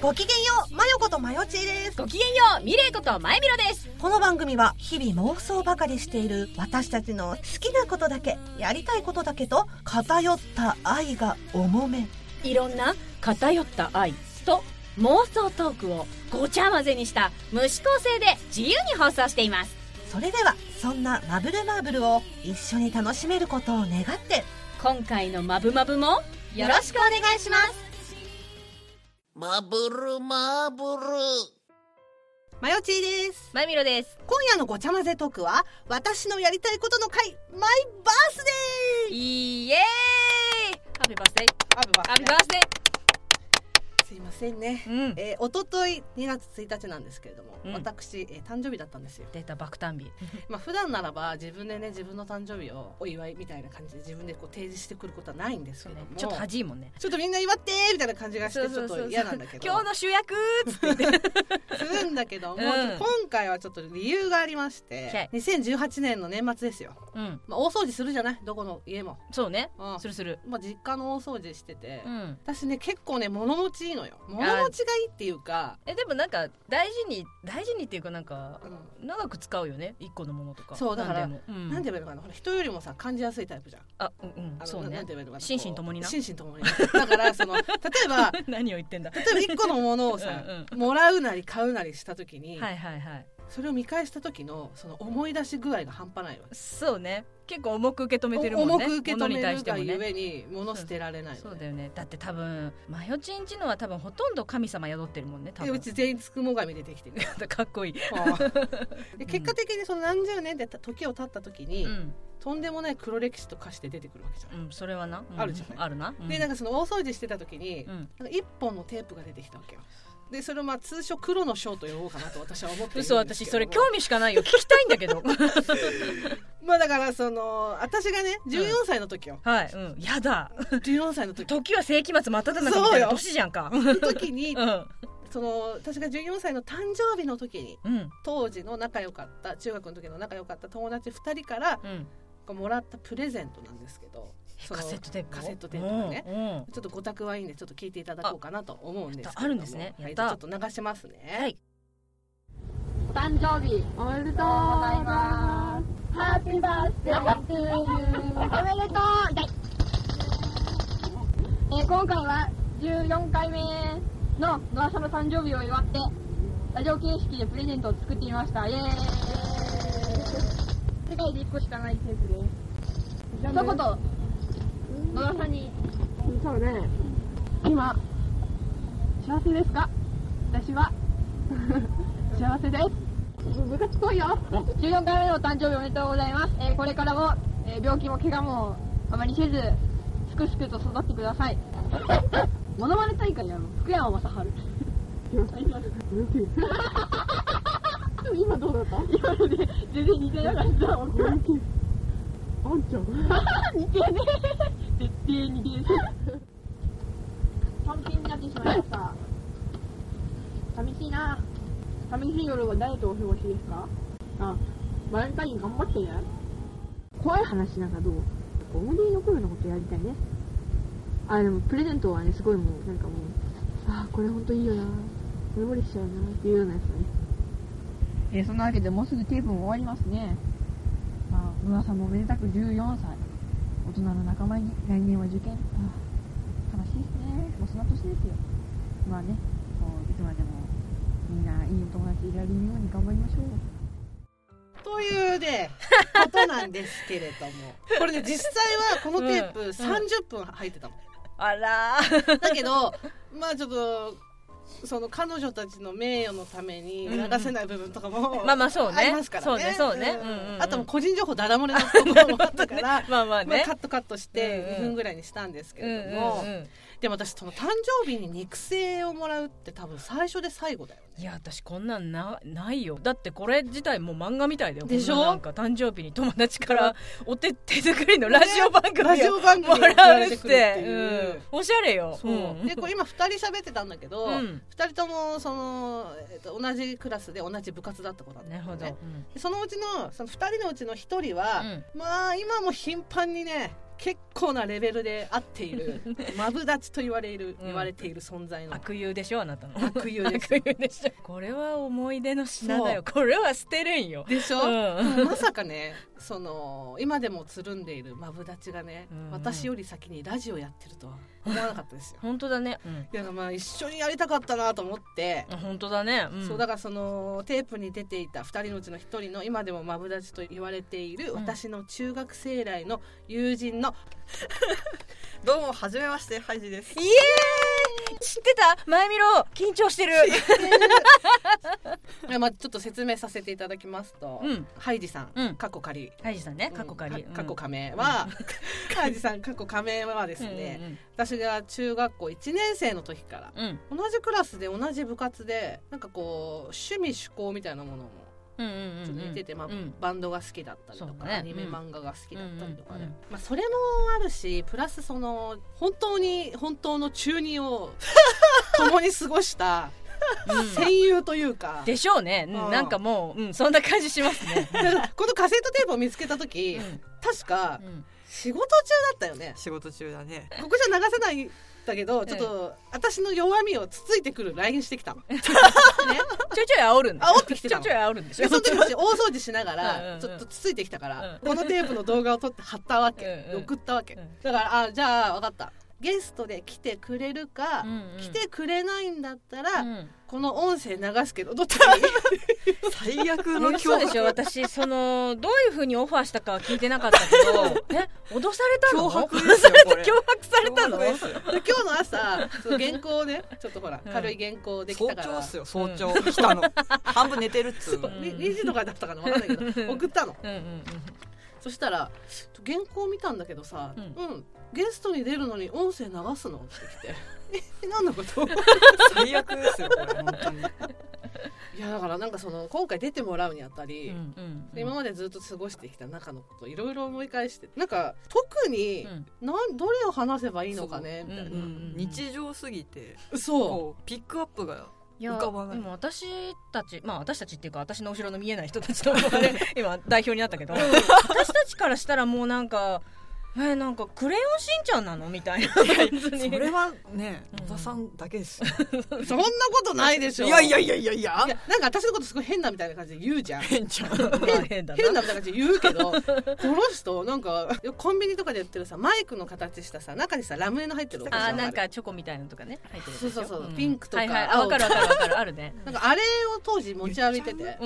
ごきげんようマヨことマヨチーですごきげんようミレイことまえみろですこの番組は日々妄想ばかりしている私たちの好きなことだけやりたいことだけと偏った愛が重めいろんな偏った愛と妄想トークをごちゃ混ぜにした無視構成で自由に放送していますそれではそんなマブルマーブルを一緒に楽しめることを願って今回のマブマブもよろしくお願いしますマブルマブルマヨチーですまえみろです今夜のごちゃ混ぜトークは私のやりたいことの会マイバースデイエーイハッピーバースデーーあハッピーバースデすいませんねーうんえー、一昨日2月1日なんですけれども、うん私、えー誕生日だったんですよ、出た爆誕日まあ普段ならば自分でね自分の誕生日をお祝いみたいな感じで自分でこう提示してくることはないんですけども、ちょっと恥じいもんねちょっとみんな祝ってーみたいな感じがしてちょっと嫌なんだけど今日の主役っつってするんだけども、うんちょっと今回はちょっと理由がありまして2018年の年末ですよ、うんまあ、大掃除するじゃないどこの家も、そうねうんまするするあ、実家の大掃除してて、うん私ね結構ね物持ちいいのよ物持ちがいいっていうか、えでもなんか大事に大事にっていうかなんかうん長く使うよね一個のものとかそうだから何でも,、うん、なんて言えばいいのかなほら人よりもさ感じやすいタイプじゃんあうんうあんのそうなねんて言えばいいのかな心身ともになこう心身ともにだからその例えば 何を言ってんだ例えば一個のものをさうんもらうなり買うなりした時に、はいはいはいそれを見返した時のその思い出し具合が半端ないわけそうね結構重く受け止めてるもん重ねく受け止物めに対るしてがもゆねえに物捨てられないそのうねだよねだって多分マヨチンちのは多分ほとんど神様宿ってるもんね多でう分ち全員つくもがみでできてる かっこい い、で結果的にその何十年でた時を経った時に、うんとんでもない黒歴史と化して出てくるわけじゃん、うん、それはな、うんあるじゃないあるな、うんでなんかその大掃除してた時に、うんなんか一本のテープが出てきたわけよでそれをまあ通称黒の章と呼ぼうかなと私は思っているんですけど嘘も私それ興味しかないよ聞きたいんだけど まあだからその私がね14歳の時よ、はい、うん、やだ14歳の時時は世紀末真っ只中みたいな年じゃ んかうの時にんその私が14歳の誕生日の時にうん当時の仲良かった中学の時の仲良かった友達2人からうんもらったプレゼントなんですけどそのカセットテープカセットテープがねうんうんちょっとご宅はいいんでちょっと聞いていただこうかなと思うんですけどもああるんですねはやいっじゃたあちょっと流しますね、はい誕生日おめでとうございます。ハッピーバースデートゥーユー。おめでとうだいえー今回は14回目の野田さんの誕生日を祝って、ラジオ形式でプレゼントを作ってみました。イエーイ世界で1個しかない季節です。一言、野田さんに。そうね。今、幸せですか私は。幸せです。部活来いよ。14回目のお誕生日おめでとうございます。えーこれからも、えー病気も怪我もあまりせず、すくすくと育ってください。 モノマネ大会やろう。福山雅治。 今どうだった今のね、全然似てなかった。あんちゃん。 似てね絶対似てる。単品になってしまいました。寂しいな。寂しい夜は誰とお過ごしですかあ、バレンタイン頑張ってね。怖い話なんかどう思い出に残るようなことやりたいねあでもプレゼントはねすごいもうなんかもうあーこれほんといいよなメモリしちゃうなっていうようなやつだねえーそんなわけでもうすぐテープも終わりますね。まあ、野田さんもおめでたく14歳。大人の仲間に来年は受験。ああ悲しいですね。もうそんな年ですよ。まあね、こういつまでもみんないいお友達いられるように頑張りましょう。とい うねことなんですけれどもこれね実際はこのテープうんうん30分入ってたの、あらだけどまあちょっとその彼女たちの名誉のために流せない部分とかも、 まあまあそうねありますかそらねうねそうねんうんうんうんあともう個人情報ダダ漏れなところもあったから まあまあまあね、カットカットしうんうんて2分ぐらいにしたんですけれども、うんうんうんでも私その誕生日に肉声をもらうって多分最初で最後だよねいや私こんなんなないよだってこれ自体もう漫画みたいだよでしょこんななんか誕生日に友達からお手手作りのラジオ番ラ組ジをオ番組もに送ららうれっててくるっていう。うんおしゃれよそう、んでこれ今2人喋ってたんだけど、う二ん2人ともその、えっと同じクラスで同じ部活だった子なんだなるよほど、でそのうちのその2人のうちの1人は、まあ今も頻繁にね結構なレベルで合ってい るマブダチと言われる、うん言われている存在の悪友でしょあなたの悪友です悪友でしょこれは思い出の品だよこれは捨てるんよでしうょ、んまさかねその今でもつるんでいるマブダチがね、うん私より先にラジオやってるとは思わなかったですよ 本当だねうんいやまあ一緒にやりたかったなと思って、本当だねそうだからそのテープに出ていた2人のうちの1人の今でもマブダチと言われているん私の中学生以来の友人 のどうもはじめましてハイジですイエーイ知ってた前見ろ緊張してる いやまあちょっと説明させていただきますと、うんハイジさん、うん過去仮ハイジさんね過去仮過去仮名は、ハイジさん過去仮名はですね、私が中学校1年生の時からうん同じクラスで同じ部活でなんかこう趣味趣向みたいなものもうんうんちょっと似てて、まあうんバンドが好きだったりとそか、うねアニメ漫画が好きだったりとかで、うんうんうんまあ、それもあるしプラスその本当に本当の中二を 共に過ごした戦友というか。でしょうねうんうんなんかもううんそんな感じしますねこのカセットテープを見つけた時、確かうん仕事中だったよね仕事中だねここじゃ流せないんだけどちょっと私の弱みをつついてくる LINE してきたのねちょいちょい煽るんだ煽ってきてちたのょい ちょい煽るんでしでょその時私大掃除しながうんうんうらんちょっとつついてきたから、うんこのテープの動画を撮って貼ったわけ、うんうん送ったわけ、うんだからあじゃあ分かったゲストで来てくれるか、うんうん来てくれないんだったら、うんこの音声流すけどどっ ちがいい最悪のねそう脅でしょ迫私そのどういうふうにオファーしたかは聞いてなかったけどえ脅されたの脅迫脅ですさよれたこ れ脅迫されたの脅迫ですよで今日の朝その原稿をねちょっとほら、うん軽い原稿でき早たか朝らっすよ早朝来たの半分寝てるっつうのうに2時とかだったかな分かんないけど送ったのうんうんうんそしたら「原稿見たんだけどさ、ううんんゲストに出るのに音声流すの?」ってきて 「え何のこと?」最悪ですよこれ本当にいやだからなんかその今回出てもらうにあたり、うんうんうん今までずっと過ごしてきた中のこといろいろ思い返してなんか特に、うんなんどれを話せばいいのかねみたいな、うんうん日常すぎてそこうピックアップがいや浮かばないでも私たちまあ私たちっていうか私の後ろの見えない人たちとかね今代表になったけど私たちからしたらもうなんかえなんかクレヨンしんちゃんなのみたいな感じそにれはねうん野田さんだけですうそんなことないで しょいやいやいいやいやいややなんか私のことすごい変なみたいな感じで言うじゃ ん変じゃんまあ変だな変なみたいな感じで言うけどこの人なんかいやコンビニとかで売ってるさマイクの形したさ中にさラムネの入ってるお菓子あーるなんかチョコみたいなのとかね入ってるでしょそうそうそうピンクとかはいはいあわかるわかるわかるあ るねなんかあれを当時持ち歩いてて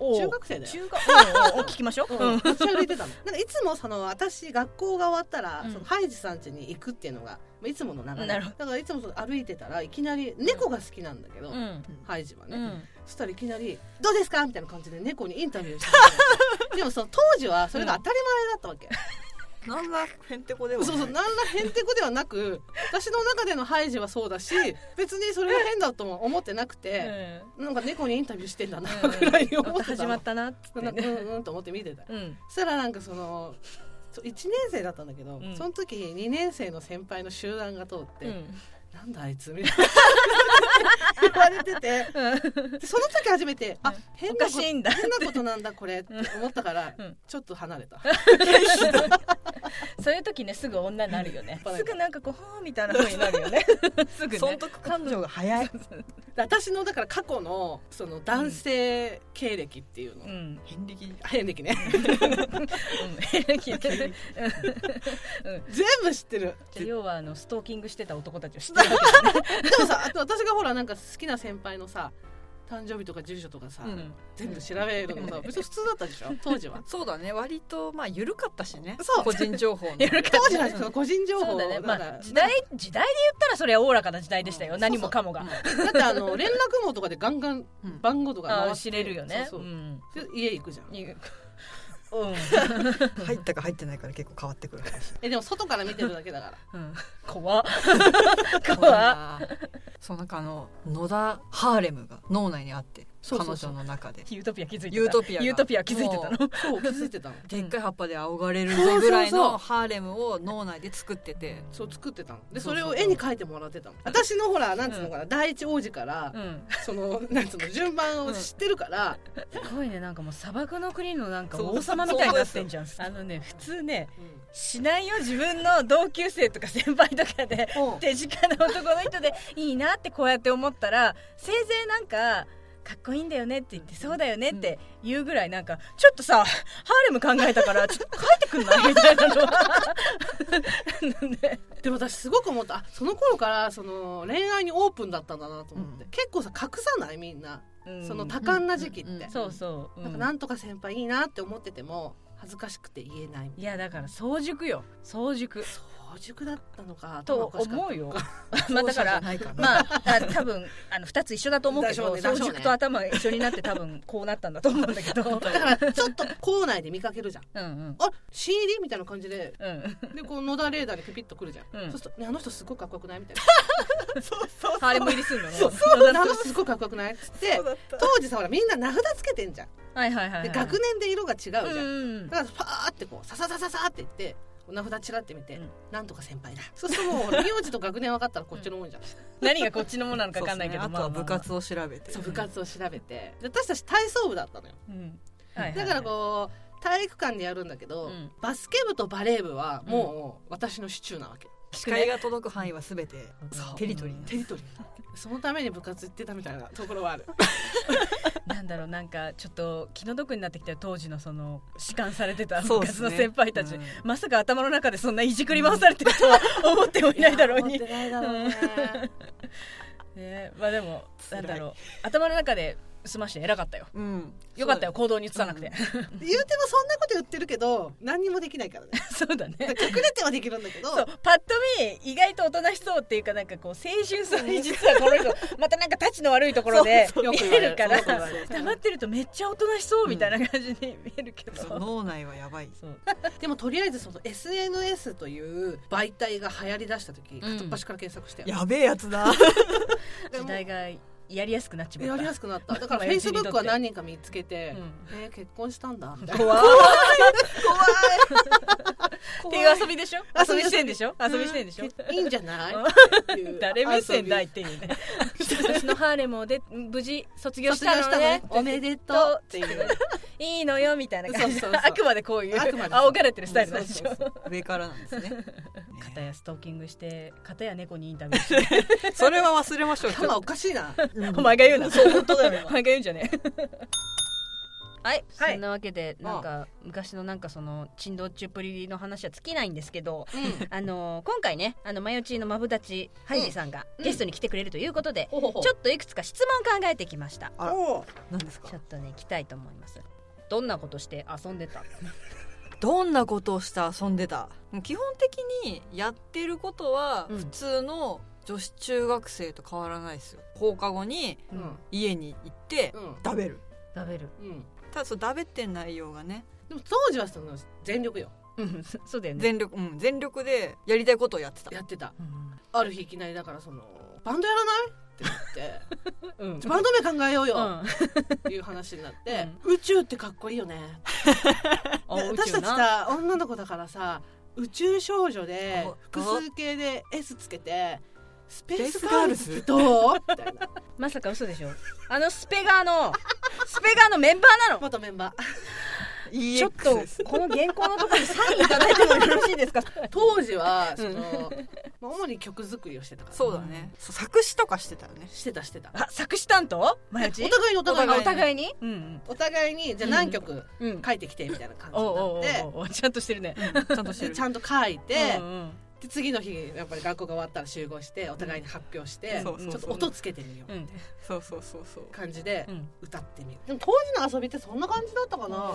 うん中学生だよ中学うんうんお聞きましょううんうん持ち歩いてたのなんかいつもその私学校が終わったら、うんそのハイジさん家に行くっていうのがまあいつもの流れなるほだからいつもその歩いてたらいきなり猫が好きなんだけど、うんハイジはね、うんそしたらいきなり「どうですか?」みたいな感じで猫にインタビューしてくれ てでもその当時はそれが当たり前だったわけ、なんらへんてこではないそうそう何らへんてこではなく私の中でのハイジはそうだし別にそれが変だとも思ってなくて、なんか猫にインタビューしてんだなぐらいにうん思ってたの始まったなっつってなんかねうんうんと思って見てたうんそしたらなんかそのそう1年生だったんだけど、うんその時2年生の先輩の集団が通って「うんなんだあいつ」みたいな 言われててでその時初めて「あ変おなかこしといんだ変なことなんだこれ」って思ったから、うんちょっと離れた。 そういう時ねすぐ女になるよねうんすぐなんかこうはあみたいな風になるよね すぐ損ね得感情が早いで私のだから過去のその男性経歴っていうの、うんうん変力変歴ね聞いてる全部知ってるじゃあ要はあのストーキングしてた男たちを知ってるわでもさあと私がほらなんか好きな先輩のさ誕生日とか住所とかさ、けね全部調べるのさ別に普通だったでしょ当時はそうだね割とまあ緩かったしねそう個人情 報の当時のその個人情そう報だなねまんかあ時代時代で言ったらそれはおおらかな時代でしたようん何もかもがそうだってあの連絡網とかでガンガンうん番号とかあ回ーって知れるよねそううそうんで家行くじゃんいうん入ったか入ってないから結構変わってくる話えでも外から見てるだけだ からうん 怖っそう怖っ そうなんかあの野田ハーレムが脳内にあってそうそ彼うそう女の中でユートピア気づいてたユートピアがユートピア気づいてたのもそう気づいてたのでっかい葉っぱで仰がれるそうそうそぜう ぐらいのハーレムを脳内で作っててそう作ってたのでそそうそうれそうを絵に描いてもらってたの私のほらなんつうのかな、第一王子から、うんそのなんつうの順番を知ってるから、すごいねなんかもう砂漠の国のなんかそう王様みたいになってんじゃんあのね普通ねうんしないよ自分の同級生とか先輩とかでうん手近な男の人でいいなってこうやって思ったらせいぜいなんかかっこいいんだよねって言ってそうだよねって言うぐらいなんかちょっとさハーレム考えたからちょっと帰ってくん ないみたいなのはなんででも私すごく思ったあその頃からその恋愛にオープンだったんだなと思って、う結構さ隠さないみんな、 うんその多感な時期って、うんうんうんそうそう、うんなんかなんとか先輩いいなって思ってても恥ずかしくて言えないいやだから早熟よ早熟早熟だったの か頭おとかしかった思うよまあだから後者じゃないかなまあ、あ多分あの2つ一緒だと思うけどだしょう早ねだしょうね熟と頭が一緒になって多分こうなったんだと思うん だけどだからちょっと校内で見かけるじゃんうんうんあ CD みたいな感じでうんでこう野田レーダーにピピッとくるじゃん、うんそうすると、ね「あの人すごいかっこよくない?」みたいなハーレム入りするの ねそうあの人すごいかっこよくないっつって当時さほらみんな名札つけてんじゃんはいはいはい、はい、で学年で色が違うじゃん、うんだからファーってこうサササササって言って名札ちらって見て、うんなんとか先輩だそうするともう名字と学年分かったらこっちのもんじゃん、何がこっちのものなのか分かんないけど、そうですねあとはま部ま活を調べてそう部活を調べてで私たち体操部だったのよまあうんはいはいはだいからこう体育館でやるんだけど、うんバスケ部とバレー部はもう私の支柱なわけ、視界が届く範囲は全てそうテリトリーテリトリーなそのために部活行ってたみたいなところはあるなんだろうなんかちょっと気の毒になってきたよ当時のその弛緩されてた部そうっ活すのね先輩たち、うんまさか頭の中でそんないじくり回されてるとは思っても いないだろうにや思ってないだろうねねまあでもな辛いんだろう頭の中で済まして偉かったようんよかったよ行動に移さなくて、言うてもそんなこと言ってるけど何にもできないからね そうだね隠れてはできるんだけどそうパッと見意外とおとなしそうっていうかなんかこう青春そうに実はこの人 またなんかたちの悪いところでそうそう見えるからよく言われる黙ってるとめっちゃおとなしそうみたいな感じに見えるけど、そう脳内は やばいそう でもとりあえずその SNS という媒体が流行りだした時、うん片っ端から検索してやべえやつだ時代がやりやすくなっちまったやりやすくなっただからまあフェイスブックはうちにとって何人か見つけてうん「えー結婚したんだ」みたいな怖い怖いっていう遊びでしょ遊びしてんでしょ遊びしてんでしょ、いいんじゃないっていう誰目線だいっていうね 私のハーレムをで無事卒業し卒業たしたののねねおめでとうっていういいのよみたいな感じそうそうそう あくまでこういうあくまでそう仰がれてるスタイルなんでしょそうそ 上からなんですねね片やストーキングして片や猫にインタビュー してそれは忘れ ましょう頭おかしいな お前が言うなそう本当だよお前が言うんじゃねえ はい、はいそんなわけでなんか昔のなんかその珍道中っぷりの話は尽きないんですけど、あの今回ねあのマヨチーのマブダチハイジさんがゲストに来てくれるということで、ほほほちょっといくつか質問を考えてきましたあら何ですかちょっとね行きたいと思いますどんなことして遊んでたどんなことをして遊んでた基本的にやってることはうん普通の女子中学生と変わらないですよ放課後にうん家に行ってうん食べる食べるうんただそう食べてん内容がねでも当時はその全力ようんそうだよね全力、うん、全力でやりたいことをやってたやってたうんある日いきなりだからそのバンドやらないって言 って、うんじゃあバンド名考えよううよんっていう話になって、宇宙ってかっこいいよねあで宇私宙たちなさ女の子だからさ宇宙少女であ複数形で S つけてスペーススガガーールルズズってどうみたいなまさか嘘でしょあのスペガ ーのスペガーのメンバーなの元メンバーちょっ EX ですとこの原稿のところ にサインいただいてもよろしいですか当時はその、まあ主に曲作りをしてたからそうだねそう作詞とかしてたよ ねしてたしてたあ作詞担当マヤチお互いにお互いにお互いにうんお互いにじゃあ何曲うんうん書いてきてみたいな感じおうにおうなおっうおうちゃんとしてるねちゃんとしててるでちゃんと書いて、うんうんで次の日やっぱり学校が終わったら集合してお互いに発表して、うんそうそちうそょうっと音つけてみよううんそうそうそうそう感じでうん歌ってみる、でも当時の遊びってそんな感じだったかな、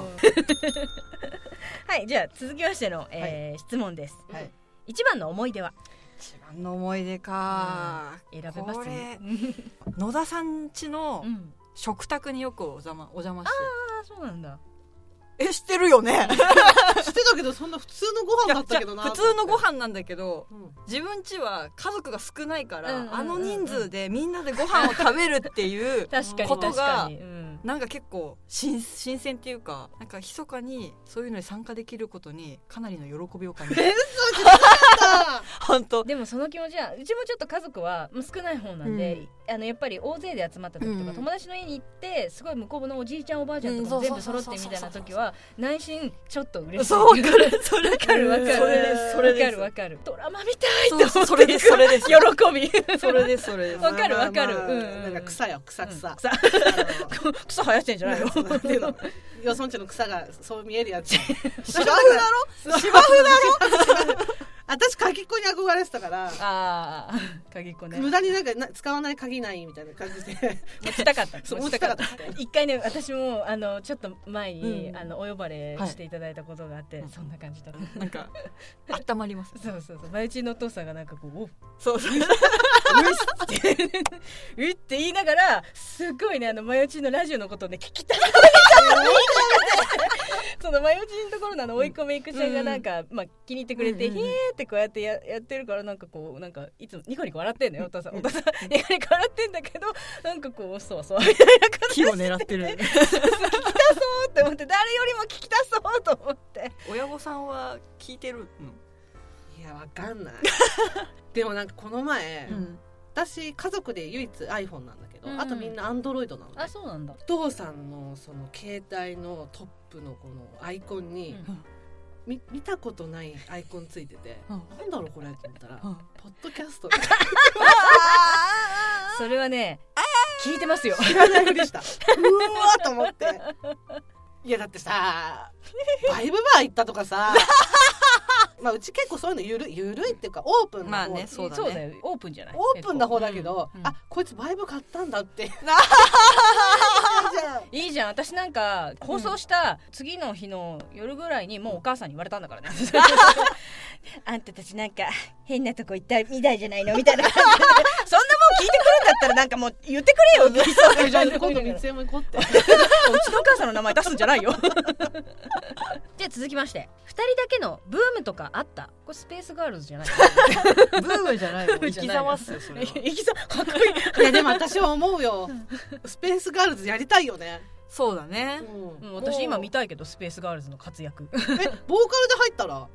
はいじゃあ続きましての、えー質問です、はい一番の思い出は一番の思い出か選べますねこれ野田さん家のうん食卓によくお邪魔お邪魔してああそうなんだえしてるよねしてたけどそんな普通のご飯だったけどな普通のご飯なんだけどうん自分家は家族が少ないかうら、んうんうんうん あの人数でみんなでご飯を食べるっていう確かにこと確かがに、うんうんなんか結構新新鮮っていうかなんか密かにそういうのに参加できることにかなりの喜びを感じる本当でもその気持ちはうちもちょっと家族はまあ少ない方なんで、あのやっぱり大勢で集まった時とか、うん友達の家に行ってすごい向こうのおじいちゃんおばあちゃんとかうもんそ全う部そうそ揃うってそうみたいな時は内心ちょっと嬉しいそうわかるそれわかるわかるそれですそれわかでするわかるドラマみたそうそうそれですそれですい喜びそれですそ れですわかるわかるまあまあうんうんうんなんか草よ草草、 草草生やしてんじ ゃないのあのなんていうの よそんちの草がそう見えるやつ芝生だろ芝生だろ 私鍵っ子に憧れてたからああ鍵っ子ね無駄になんかな使わない鍵ないみたいな感じで持ちたかった そう持ちたかったみたいな一回ね私もあのちょっと前に、うんあのお呼ばれはいしていただいたことがあって、うんそんな感じだった、なんか温まりますそうそうそう前うちのお父さんがなんかこう「おうそうそう うっ」て言いながらすごいねあの前うちのラジオのことをね聞きたいその前うちのところのあの追い込みいくちゃんがなんか、まあ、気に入ってくれて「うんうひんうんえーってこうやってややってるからなんかこうなんかいつもニコニコ笑ってんのよお父さんお父さんニコニコ笑ってんだけどなんかこうそわそわみたいな感じ木を狙ってるって思って誰よりも聞きたそうと思って親御さんは聞いてるいやわかんないでもなんかこの前、の、うん、私家族で唯一 iPhone なんだけど、うんあとみんな Android なのねそうなんだお父さんのその携帯のトップのこのアイコンに、うんみ見たことないアイコンついてて、うんなんだろうこれって思ったら、うんポッドキャストそれはね聞いてますよ知らないふ りしたうわーと思っていやだってさバイブバー行ったとかさまあうち結構そういうのゆるゆるいっていうかオープンまなあ方、ねそうだねよオープンじゃないオープンな方だけど、うんうんあこいつバイブ買ったんだっていいじゃん私なんか放送した次の日の夜ぐらいにもうお母さんに言われたんだからね あんたたちなんか変なとこ行ったみたいじゃないのみたいな感じでそんなもん聞いてくるんだったらなんかもう言ってくれ よって言いそうなじゃあ感今じで度三つ山行こうってうちのお母さんの名前出すんじゃ ないよじゃあ続きまして2人だけのブームと かあったこれスペースガールズじ ゃないブームじゃないの 生きざますよそ れは 生きさかっこいいいやでも私は思うよスペースガールズやりたいよね、そうだね、 うんうん私今見たいけどスペースガールズの活躍えボーカルで入ったら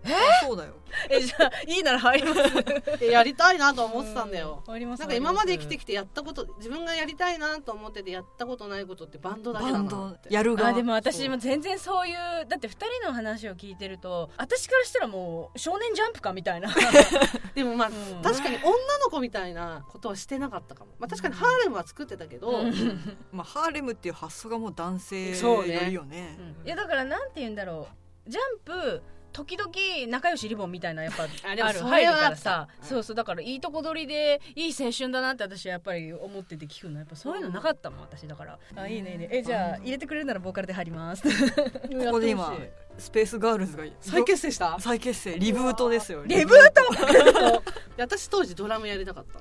そうだよ えじゃあいいなら入 りますいややりたいなと思ってたんだよ入りますなんか今まで生きてきてやったこと自分がやりたいなと思っててやったことないことってバンドだけだバなンドやるがあでも私そもう全然そういうだって2人の話を聞いてると私からしたらもう少年ジャンプかみたいな、でもまあ、うん確かに女の子みたいなことはしてなかったかも、まあ、確かにハーレムは作ってたけど、まあ、ハーレムっていう発想がもう男性そようねりよねいやだからなんて言うんだろうジャンプ時々仲良しリボンみたいなやっぱあでもるそれ入るはからさうんそうそうだからいいとこ取りでいい青春だなって私はやっぱり思ってて聞くのやっぱそういうのなかったもん私だからあいいねいいねえじゃあ入れてくれるならボーカルで入ります ここで今スペースガールズが再結成 した再結成リブートですよリブートで私当時ドラムやりたかったの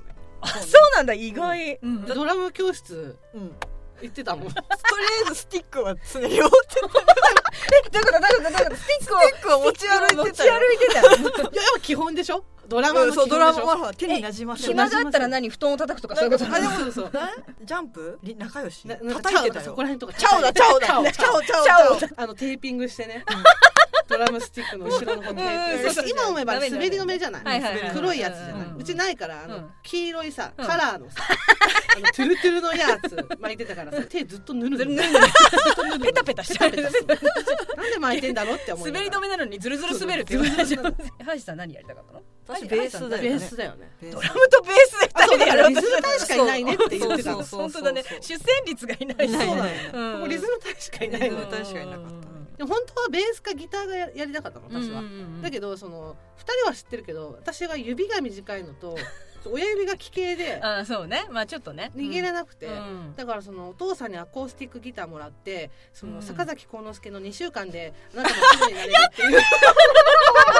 よそうなんだ意外、うんでドラム教室うんと行ってたもんりあえずスティックは常に持っだからだからだからスティックをスティックは持ち歩いてた持ちよ歩いてたよいややっぱ基本でしょドラムてのる基本そうでしょドラムは手になじませる暇があったら何布団を叩くとかそういうことあでもそうそうジャンプり仲良しななんか叩いてたチャオだそよこら辺とかチャオだチャオだチャオチャオチャオチャ あのテーピングしてねドラムスティックの後ろの方にテーピングうんうん今思えばダメだよ滑り止めじゃなはいはいはいい黒いやつじゃなうんいうちないからあうのん黄色いさうんカラーの さあのトゥルトゥルのやつ巻いてたからさ手ずっとぬるぬる ペタペタしちなゃうんで巻いてんだろうって思いなが滑りら止めなのにズルズル滑るっていう感じハイさん何やりたかったのオ私ベースだベよーねスだよねベースドラムとベースであ2そ人うだかでやらろリうズとム大しかいないねって言ってたそうのそうそう本そ当うだね出戦率がいないないないないうんもうリズム大しかいないのム大しかいなかったねでも本当はベースかギターがややりたかったの私はだけけどその2人は知ってるけど私が指が短いの と親指が奇形であーそうねまあちょっとね握れなくて、うんだからそのお父さんにアコースティックギターもらってその、うん坂崎幸之助の2週間で あなたの記になれるっていうやっても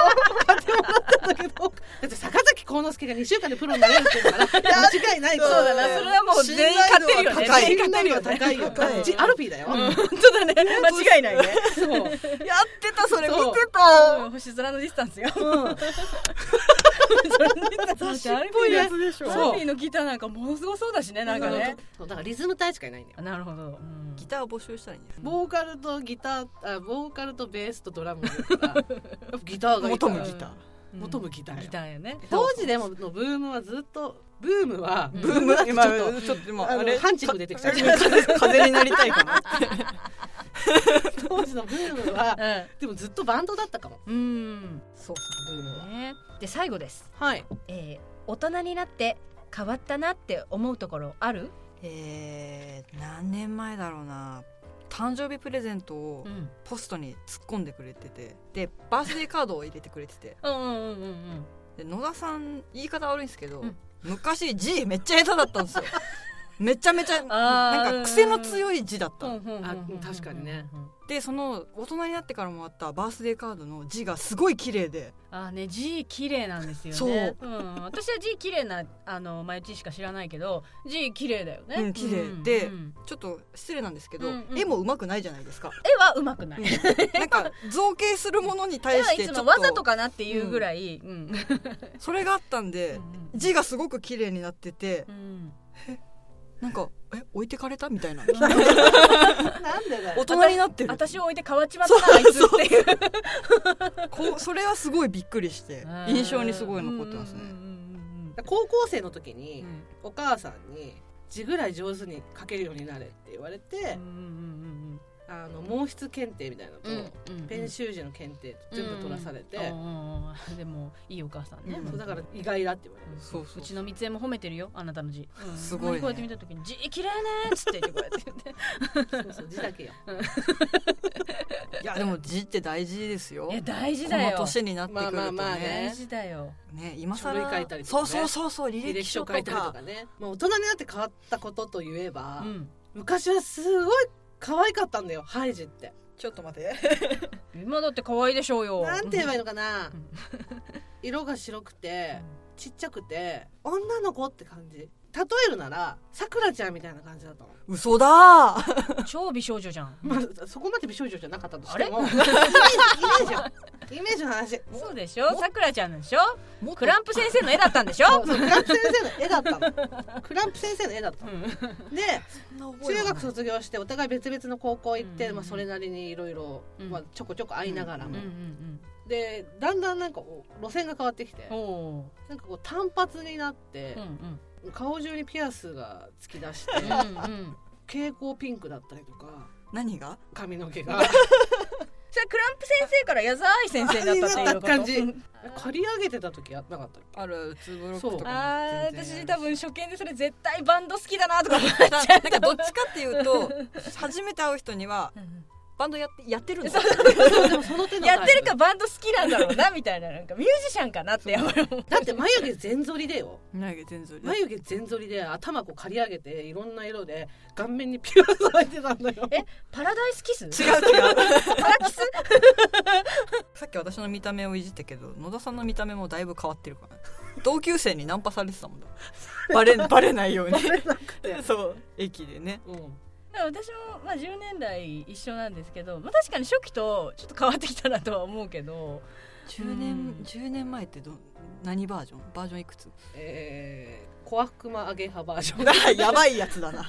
らったんだけどだって坂崎幸之助が2週間でプロになれる っていうから間違いないそうだなそれはもう全員勝ってるよね高全い員勝ってるよね高いよ高いだって アルフィーだよ、うん本当だね間違いないねそうやってたそれ見てうん星空のディスタンスようん、それ私っぽいやつでしょアーミーのギターなんかものすごそうだしねなんかねそうだからリズム隊しかいないんだよなるほど、ギター募集したらいいんですボーカルとギターあボーカルとベースとドラムだからやっぱ ギターがいいか求らむギター求むギターよギターやね当時でものブームはずっとブームはうんブーム だってちょ今っとちょっと今ああれれハンチング出てきちゃ った風になりたいかな 当時のブームはうでもずっとバンドだったかもん、うんそうそうブームはね、で最後です、はいえー、大人になって変わったなって思うところある、えー、何年前だろうな誕生日プレゼントをん、ポストに突っ込んでくれててでバースデーカードを入れてくれててうんうんうんうんで野田さん言い方悪いんですけど、うん昔字めっちゃ下手だったんですよめちゃめちゃあーなんか癖の強い字だった、うんあうん確かにねでその大人になってからもらったバースデーカードの字がすごい綺麗であーね字綺麗なんですよね、そうん私は字綺麗なあの前字しか知らないけど字綺麗だよね、うん綺麗でんちょっと失礼なんですけど、うんうん絵もうまくないじゃないですか絵は上手くないなんか造形するものに絵対はしいてつちもょっわざととかなっていうぐらい、うんそれがあったんで字がすごく綺麗になっててうんなんかえ置いてかれたみたいな なんでだ大人になってる私を置いて変わっちまったなあいつっていうこうそれはすごいびっくりして印象にすごい残ってますねうんうん高校生の時うんうんにお母さんに字ぐらい上手に書けるようになれって言われてうんうんあの毛筆検定みたいなのとうんうんうんうんペン習字の検定全部取らされてうんうんうんでもいいお母さんね、そうだから意外だって言われるそうそうちの三つ江も褒めてるよあなたの字、うんすごいねこうやって見た時に「字綺麗ね」っつって言ってこうやって言ってそうそう字だけよいやでも字って大事ですよいや大事だよこの年になってくるとね,、まあまあまあ大ね事だよね今書類書いた更りとかそねうそうそうそう履履歴歴書書書とかいたりとかね、まあ、大人になって変わったことといえば、うん昔はすごい可愛かったんだよハイジってちょっと待って今だって可愛いでしょうよ なんて言えばいいのかうなん 色が白くてちっちゃくて女の子って感じ例えるならさくらちゃんみたいな感じだったの、嘘だー超美少女じゃんまあ、そこまで美少女じゃなかったとしてもあイメージイメージよイメージの話そうでしょさくらちゃんのでしょもっクとランプ先生の絵だったんでしょ そうそうクランプ先生の絵だったのクランプ先生の絵だったので中学卒業してお互い別々の高校行って、うんまあ、それなりにいろいろうんちょこちょこ会いながらうんも、うんうんでだんだんなんかこう路線が変わってきておおなんかこう単発になってー、うんうん顔中にピアスが突き出してうんうん蛍光ピンクだったりとか何が髪の毛がそれクランプ先生から矢沢愛先生になったっていうことなった感じ刈り上げてた時やな かったっけあるうつブロックとかも全然あー私多分初見でそれ絶対バンド好きだなとか思っだなんかどっちかっていうと初めて会う人にはバンドやってやってるんだそうでもその手のやってるかバンド好きなんだろうなみたいななんかミュージシャンかなってやっぱり思うだって眉毛全剃りでよないけ全然眉毛全剃りで頭こう刈り上げていろんな色で顔面にピアス入ってたんだよえパラダイスキス違う違うパラキス さっき私の見た目をいじったけど野田さんの見た目もだいぶ変わってるから同級生にナンパされてたもんだバレバレないようにそう駅でねうん私も、まあ、10年代一緒なんですけど、まあ、確かに初期とちょっと変わってきたなとは思うけどう10ん年10年前ってど何バージョンバージョンいくつえー、小悪魔上げ派バージョンやばいやつだな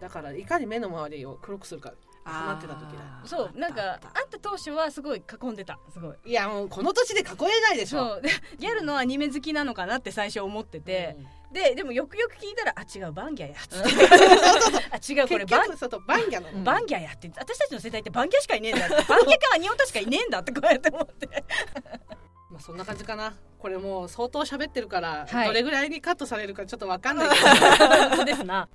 だからいかに目の周りを黒くするか困ってた時だそうなんかああんた当初はすごい囲んでたすごいいやもうこの年で囲えないでしょそうでギャルのアニメ好きなのかなって最初思ってて、ででもよくよく聞いたら「あ違うバンギャや」っつって「 あ違う、うんこれ結バン局そうとバンギャなの、バンギャやって私たちの世代ってバンギャしかいねえんだってバンギャかアニオタしかいねえんだってこうやって思ってまあそんな感じかなこれもう相当喋ってるから、はいどれぐらいにカットされるかちょっとわかんないけどそうですな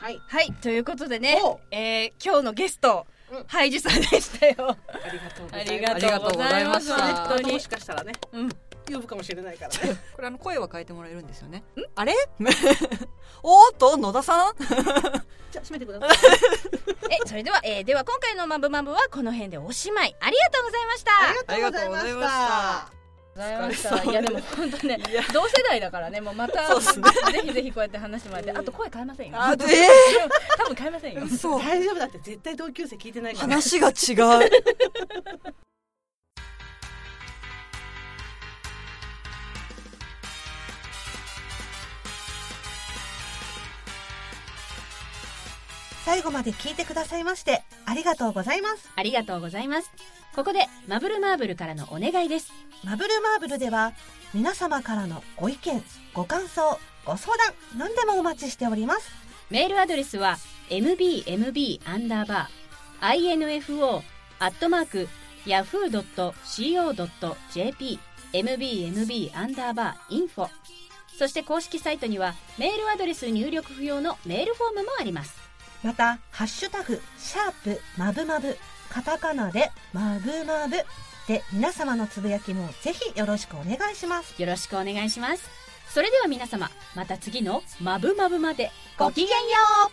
はい はい ということでねおう、えー今日のゲスト、ハイジさんでしたよありがとうござあいりますがとうございましたありが本あ当ともにしかしたらね、うん呼ぶかもしれないからねこれあの声は変えてもらえるんですよねあれ おーっと野田さんじゃあ閉めてください えそれでは、えーでは今回の「マブマブ」はこの辺でおしまいありがとうございましたありがとうございましたありがとうございましたいやでも本当ね同世代だからねもうまたそうっすね ぜひぜひこうやって話してもらってあと声変えませんよあで 多分変えませんよそう 大丈夫だって絶対同級生聞いてないから話が違う最後まで聞いてくださいまして、ありがとうございます。ありがとうございます。ここで、マブルマーブルからのお願いです。マブルマーブルでは、皆様からのご意見、ご感想、ご相談、何でもお待ちしております。メールアドレスは mbmb アンダーバー info アットマーク yahoo.co.jp mbmb アンダーバー info そして公式サイトにはメールアドレス入力不要のメールフォームもありますまた、ハッシュタグ、シャープ、マブマブ、カタカナで、マブマブで、皆様のつぶやきもぜひよろしくお願いします。よろしくお願いしますそれでは皆様また次の「まぶまぶ」までごきげんよう